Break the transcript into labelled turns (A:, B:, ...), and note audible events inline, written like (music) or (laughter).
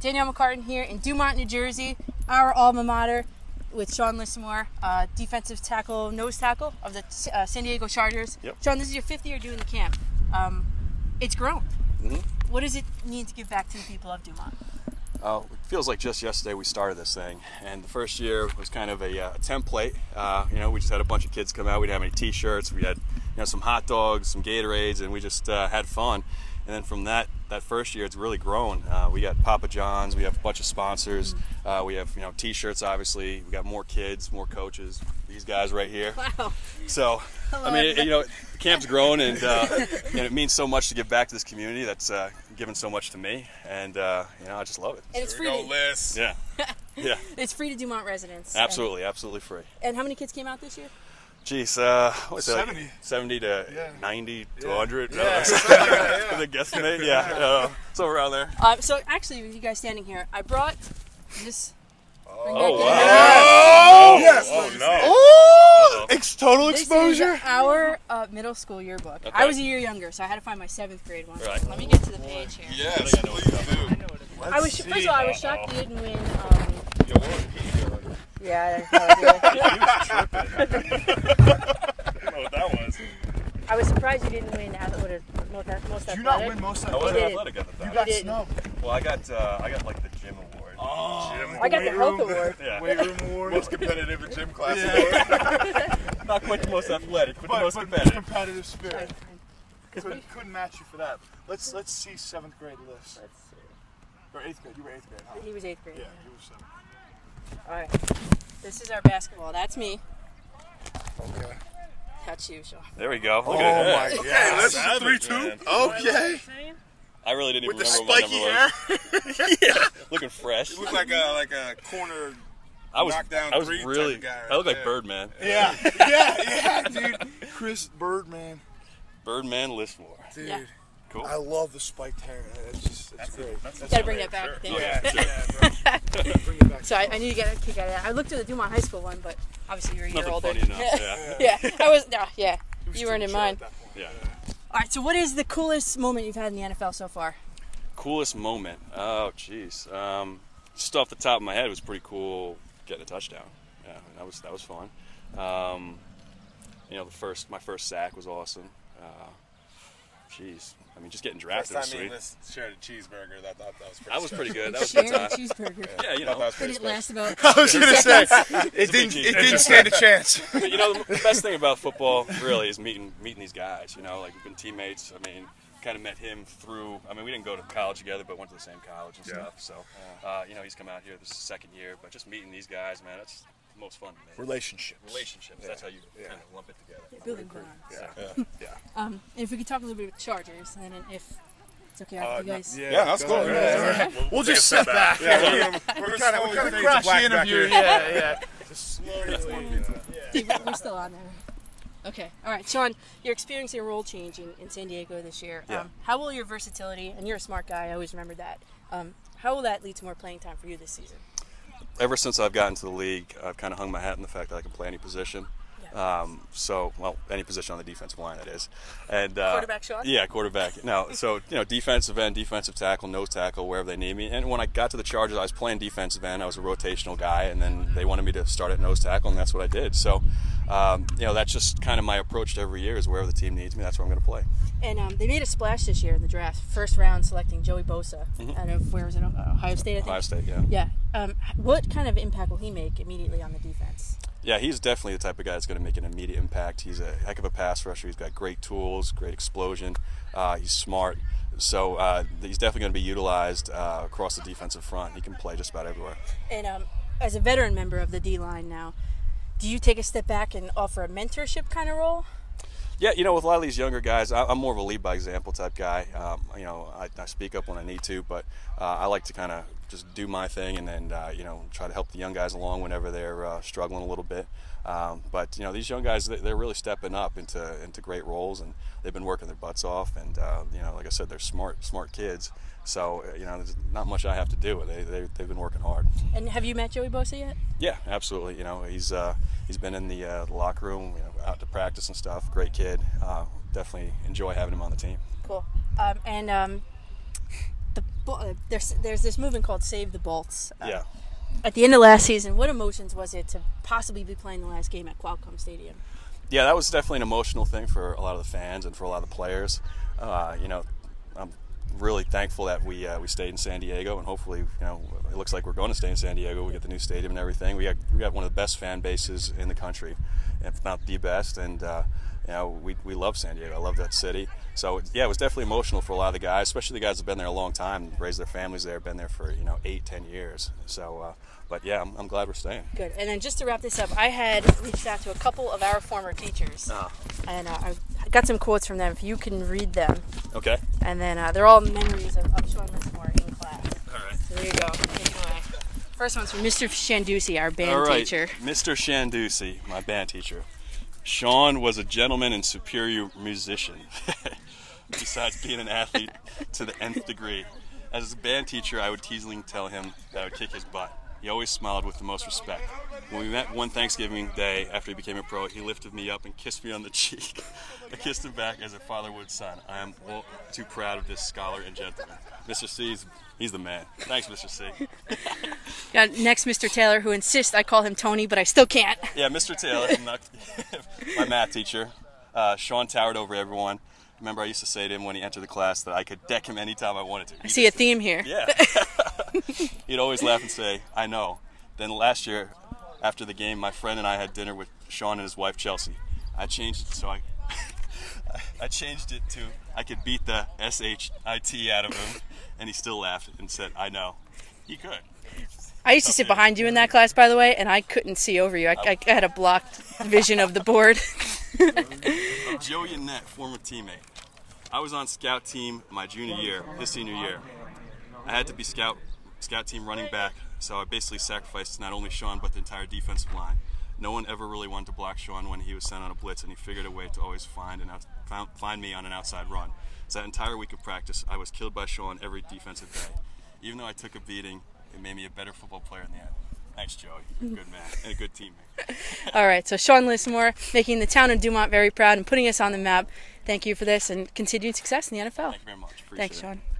A: Danielle McCartan here in Dumont, New Jersey, our alma mater, with Sean Lissamore, uh, defensive tackle, nose tackle of the uh, San Diego Chargers.
B: Yep.
A: Sean, this is your fifth year doing the camp. Um, it's grown.
B: Mm-hmm.
A: What does it mean to give back to the people of Dumont?
B: Uh, it feels like just yesterday we started this thing, and the first year was kind of a uh, template. Uh, you know, we just had a bunch of kids come out. We didn't have any T-shirts. We had you know some hot dogs, some Gatorades, and we just uh, had fun. And then from that that first year, it's really grown. Uh, we got Papa John's. We have a bunch of sponsors. Uh, we have you know T-shirts, obviously. We got more kids, more coaches. These guys right here.
A: Wow.
B: So, I mean, it, you know, the camp's grown, and, uh, and it means so much to give back to this community that's uh, given so much to me, and uh, you know, I just love it.
A: And it's
C: Here we
A: free.
C: go,
A: To,
D: (laughs)
C: Liz.
B: Yeah, yeah,
A: it's free to Dumont residents. And-
B: absolutely, absolutely free.
A: And, how many kids came out this year?
B: Geez, uh, what is it, like
C: 70.
B: 70 to
C: Yeah.
B: 90 to 100.
C: Yeah,
B: Yeah.
C: something like that,
B: (laughs)
C: yeah.
B: the guesstimate, yeah, I don't know. somewhere around
D: (gasps)
B: there.
A: Uh, so actually, with you guys standing here, I brought this.
B: Oh wow!
C: Oh, yes. Oh, no.
D: Oh, ex- total
A: This is
D: exposure.
A: our uh, middle school yearbook. I
B: Okay.
A: was a year younger, so I had to find my seventh grade one.
B: Right.
A: Let me get to the page here.
C: Yes, please do.
A: I was first of all, I was shocked you didn't win. Um, yeah, (laughs)
C: what that was.
A: I was surprised you didn't win ath- most athletic.
D: Do you not win most
B: I
D: of
B: wasn't
A: did.
B: athletic at the
D: You
B: time.
D: got Oh.
A: did.
D: snubbed.
B: well, I got uh, I got like the gym award.
C: Gym
A: I got the
C: weight
A: health
C: room-
A: award.
B: Yeah,
D: Weight room award.
C: Most competitive in gym class.
B: not quite the most athletic, but, the
D: but,
B: most
C: (laughs)
D: but
B: competitive.
D: competitive spirit. Couldn't, couldn't match you for that. Let's let's see seventh grade list or eighth grade. You were eighth grade, huh?
A: He was eighth grade.
D: Yeah, you were seventh.
A: All right. This is our basketball. That's me.
C: Oh,
D: Okay.
A: That's you, Sean.
B: There we go. Look
D: Oh
B: at that.
D: my god.
C: Hey, that's a three-two.
D: Okay.
B: I really didn't
C: With the
B: even remember what
C: spiky
B: number it
C: hair.
B: was. Looking fresh.
C: Look like a like a corner.
B: I was
C: knockdown
B: I was
C: three type
B: really
C: of guy
B: I look
C: right
B: like
C: there.
B: Birdman.
D: Yeah. (laughs) Yeah. Yeah, dude. Chris Birdman.
B: Birdman Lismore.
D: Dude.
A: Yeah.
B: Cool.
D: I love the spiked hair. It's just it's great.
A: Gotta bring that back.
D: Oh,
A: Thank you. (laughs)
D: Bring it back.
A: So I, I need to get a kick out of that. I looked at the Dumont High School one, but obviously you're a year
B: Nothing
A: older.
B: funny
D: (laughs)
B: enough. Yeah.
A: (laughs) yeah, I was. No, yeah,
D: He was
A: you weren't in
D: still a child
A: mine.
D: at that point.
B: yeah.
A: All right. So, what is the coolest moment you've had in the NFL so
D: (laughs)
A: far?
B: Coolest moment. Oh jeez. Um, just off the top of my head, it was pretty cool getting a touchdown. Yeah, that was that was fun. Um, you know, the first my first sack was awesome. Uh, Jeez, I mean, just getting drafted
C: Last time
B: was
C: me
B: sweet.
C: and Liz shared a cheeseburger, that, that, that was pretty
B: That was pretty good. That was a
A: Sharing
B: good
A: a
B: time.
A: cheeseburger.
B: Yeah, you
C: special. That
B: know,
C: was
A: Did
C: pretty
A: it
C: special.
A: last
D: (laughs)
A: about?
D: I was gonna say it
B: big
D: didn't.
B: cheese.
D: It didn't stand a chance.
B: But, you know, the best thing about football really is meeting meeting these guys. You know, like we've been teammates. I mean, kind of met him through. I mean, we didn't go to college together, but went to the same college and
C: Yeah.
B: stuff. So, uh, you know, he's come out here this is his second year, but just meeting these guys, man, that's the most fun to me.
D: (laughs) Relationships.
B: Relationships. That's how you kind of lump it together.
A: Building blocks.
C: Yeah. Yeah.
A: (laughs) Um, if we could talk a little bit about the Chargers, and then if it's okay, I'll
D: Uh,
A: let you guys.
D: yeah,
C: Yeah, that's
D: go
C: cool.
D: ahead.
C: Yeah,
D: Yeah. We'll just sit back.
C: Yeah, we're, we're,
D: Kinda-
C: slowly
D: we kinda
C: fade to
D: crashed
C: black back here.
D: Yeah, yeah. Just slowly.
A: We're still on there. Okay. All right, Sean, you're experiencing a role change in, in San Diego this year.
B: Yeah.
A: Um, how will your versatility, and you're a smart guy, I always remember that, um, how will that lead to more playing time for you this season?
B: ever since I've gotten to the league, I've kind of hung my hat in the fact that I can play any position.
A: Yeah.
B: Um, so, well, any position on the defensive line, that is. And uh,
A: Quarterback, Sean?
B: Yeah, quarterback. no, so you know, defensive end, defensive tackle, nose tackle, wherever they need me. And when I got to the Chargers, I was playing defensive end. I was a rotational guy, and then they wanted me to start at nose tackle, and that's what I did. So, um, you know, that's just kind of my approach to every year is wherever the team needs me, that's where I'm going to play.
A: And um, they made a splash this year in the draft, first round selecting Joey Bosa out of, where was it, Ohio State, I think?
B: Mm-hmm. Ohio State, yeah.
A: Yeah. Um, what kind of impact will he make immediately on the defense?
B: Yeah, he's definitely the type of guy that's going to make an immediate impact. He's a heck of a pass rusher. He's got great tools, great explosion. Uh, he's smart. So uh, he's definitely going to be utilized uh, across the defensive front. He can play just about everywhere.
A: And um, as a veteran member of the D line now, do you take a step back and offer a mentorship kind of role?
B: Yeah, you know, with a lot of these younger guys, I, I'm more of a lead by example type guy. Um, you know, I, I speak up when I need to, but uh, I like to kind of just do my thing and then, uh, you know, try to help the young guys along whenever they're uh, struggling a little bit. Um, but, you know, these young guys, they, they're really stepping up into, into great roles and they've been working their butts off. And, uh, you know, like I said, they're smart, smart kids. So, uh, you know, there's not much I have to do. They, they, they've been working hard.
A: And have you met Joey Bosa yet?
B: Yeah, absolutely. You know, he's uh, he's been in the, uh, the locker room, you know, out to practice and stuff. Great kid. Uh, definitely enjoy having him on the team.
A: Cool. Um, and um, the bo- uh, there's there's this movement called Save the Bolts. Uh,
B: Yeah.
A: At the end of last season, what emotions was it to possibly be playing the last game at Qualcomm Stadium?
B: yeah, that was definitely an emotional thing for a lot of the fans and for a lot of the players. Uh, you know, I'm really thankful that we uh, we stayed in San Diego, and hopefully, you know, it looks like we're going to stay in San Diego. We get the new stadium and everything. We got we got one of the best fan bases in the country, if not the best. And uh, you know, we, we love San Diego. I love that city. So yeah, it was definitely emotional for a lot of the guys, especially the guys that've been there a long time, raised their families there, been there for you know eight, ten years. So, uh, but yeah, I'm, I'm glad we're staying.
A: Good. And then just to wrap this up, I had reached out to a couple of our former teachers,
B: Ah.
A: and uh, I got some quotes from them. If you can read them,
B: Okay.
A: and then uh, they're all memories of, of Sean Lismore in class.
B: All right.
A: So there you go. Take it away. First one's from Mr. Shandusi, our band
B: All right,
A: teacher.
B: Mr. Shandusi, my band teacher. Sean was a gentleman and superior musician, (laughs) besides being an athlete to the nth degree. As his band teacher, I would teasingly tell him that I would kick his butt. He always smiled with the most respect. When we met one Thanksgiving day after he became a pro, he lifted me up and kissed me on the (laughs) cheek. I kissed him back as a father would son. I am all too proud of this scholar and gentleman. Mr. C's, he's the man. Thanks, Mr. C.
A: Got next, Mr. Taylor, who insists I call him Tony, but I still can't.
B: Yeah, Mr. Taylor, I'm not- (laughs) my math teacher. Uh, Sean towered over everyone. Remember, I used to say to him when he entered the class that I could deck him anytime I wanted to.
A: I see a theme here.
B: Yeah. (laughs) He'd always laugh and say, I know. Then last year, after the game, my friend and I had dinner with Sean and his wife, Chelsea. I changed it so I. (laughs) I changed it to I could beat the S H I T out of him, and he still laughed and said, "I know, he could."
A: I used to sit behind you in that class, by the way, and I couldn't see over you. I, I
B: Oh.
A: had a blocked vision of the board. (laughs)
B: Joe Yannette, former teammate. I was on scout team my junior year, his senior year. I had to be scout scout team running back, so I basically sacrificed not only Sean but the entire defensive line. No one ever really wanted to block Sean when he was sent on a blitz, and he figured a way to always find an out, found, find me on an outside run. So that entire week of practice, I was killed by Sean every defensive day. Even though I took a beating, it made me a better football player in the end. Thanks, Joey. You're a good man and a good teammate.
A: All right, so Sean Lismore making the town of Dumont very proud and putting us on the map. Thank you for this and continued success in the NFL.
B: Thank you very much. Appreciate
A: Thanks,
B: it.
A: Sean.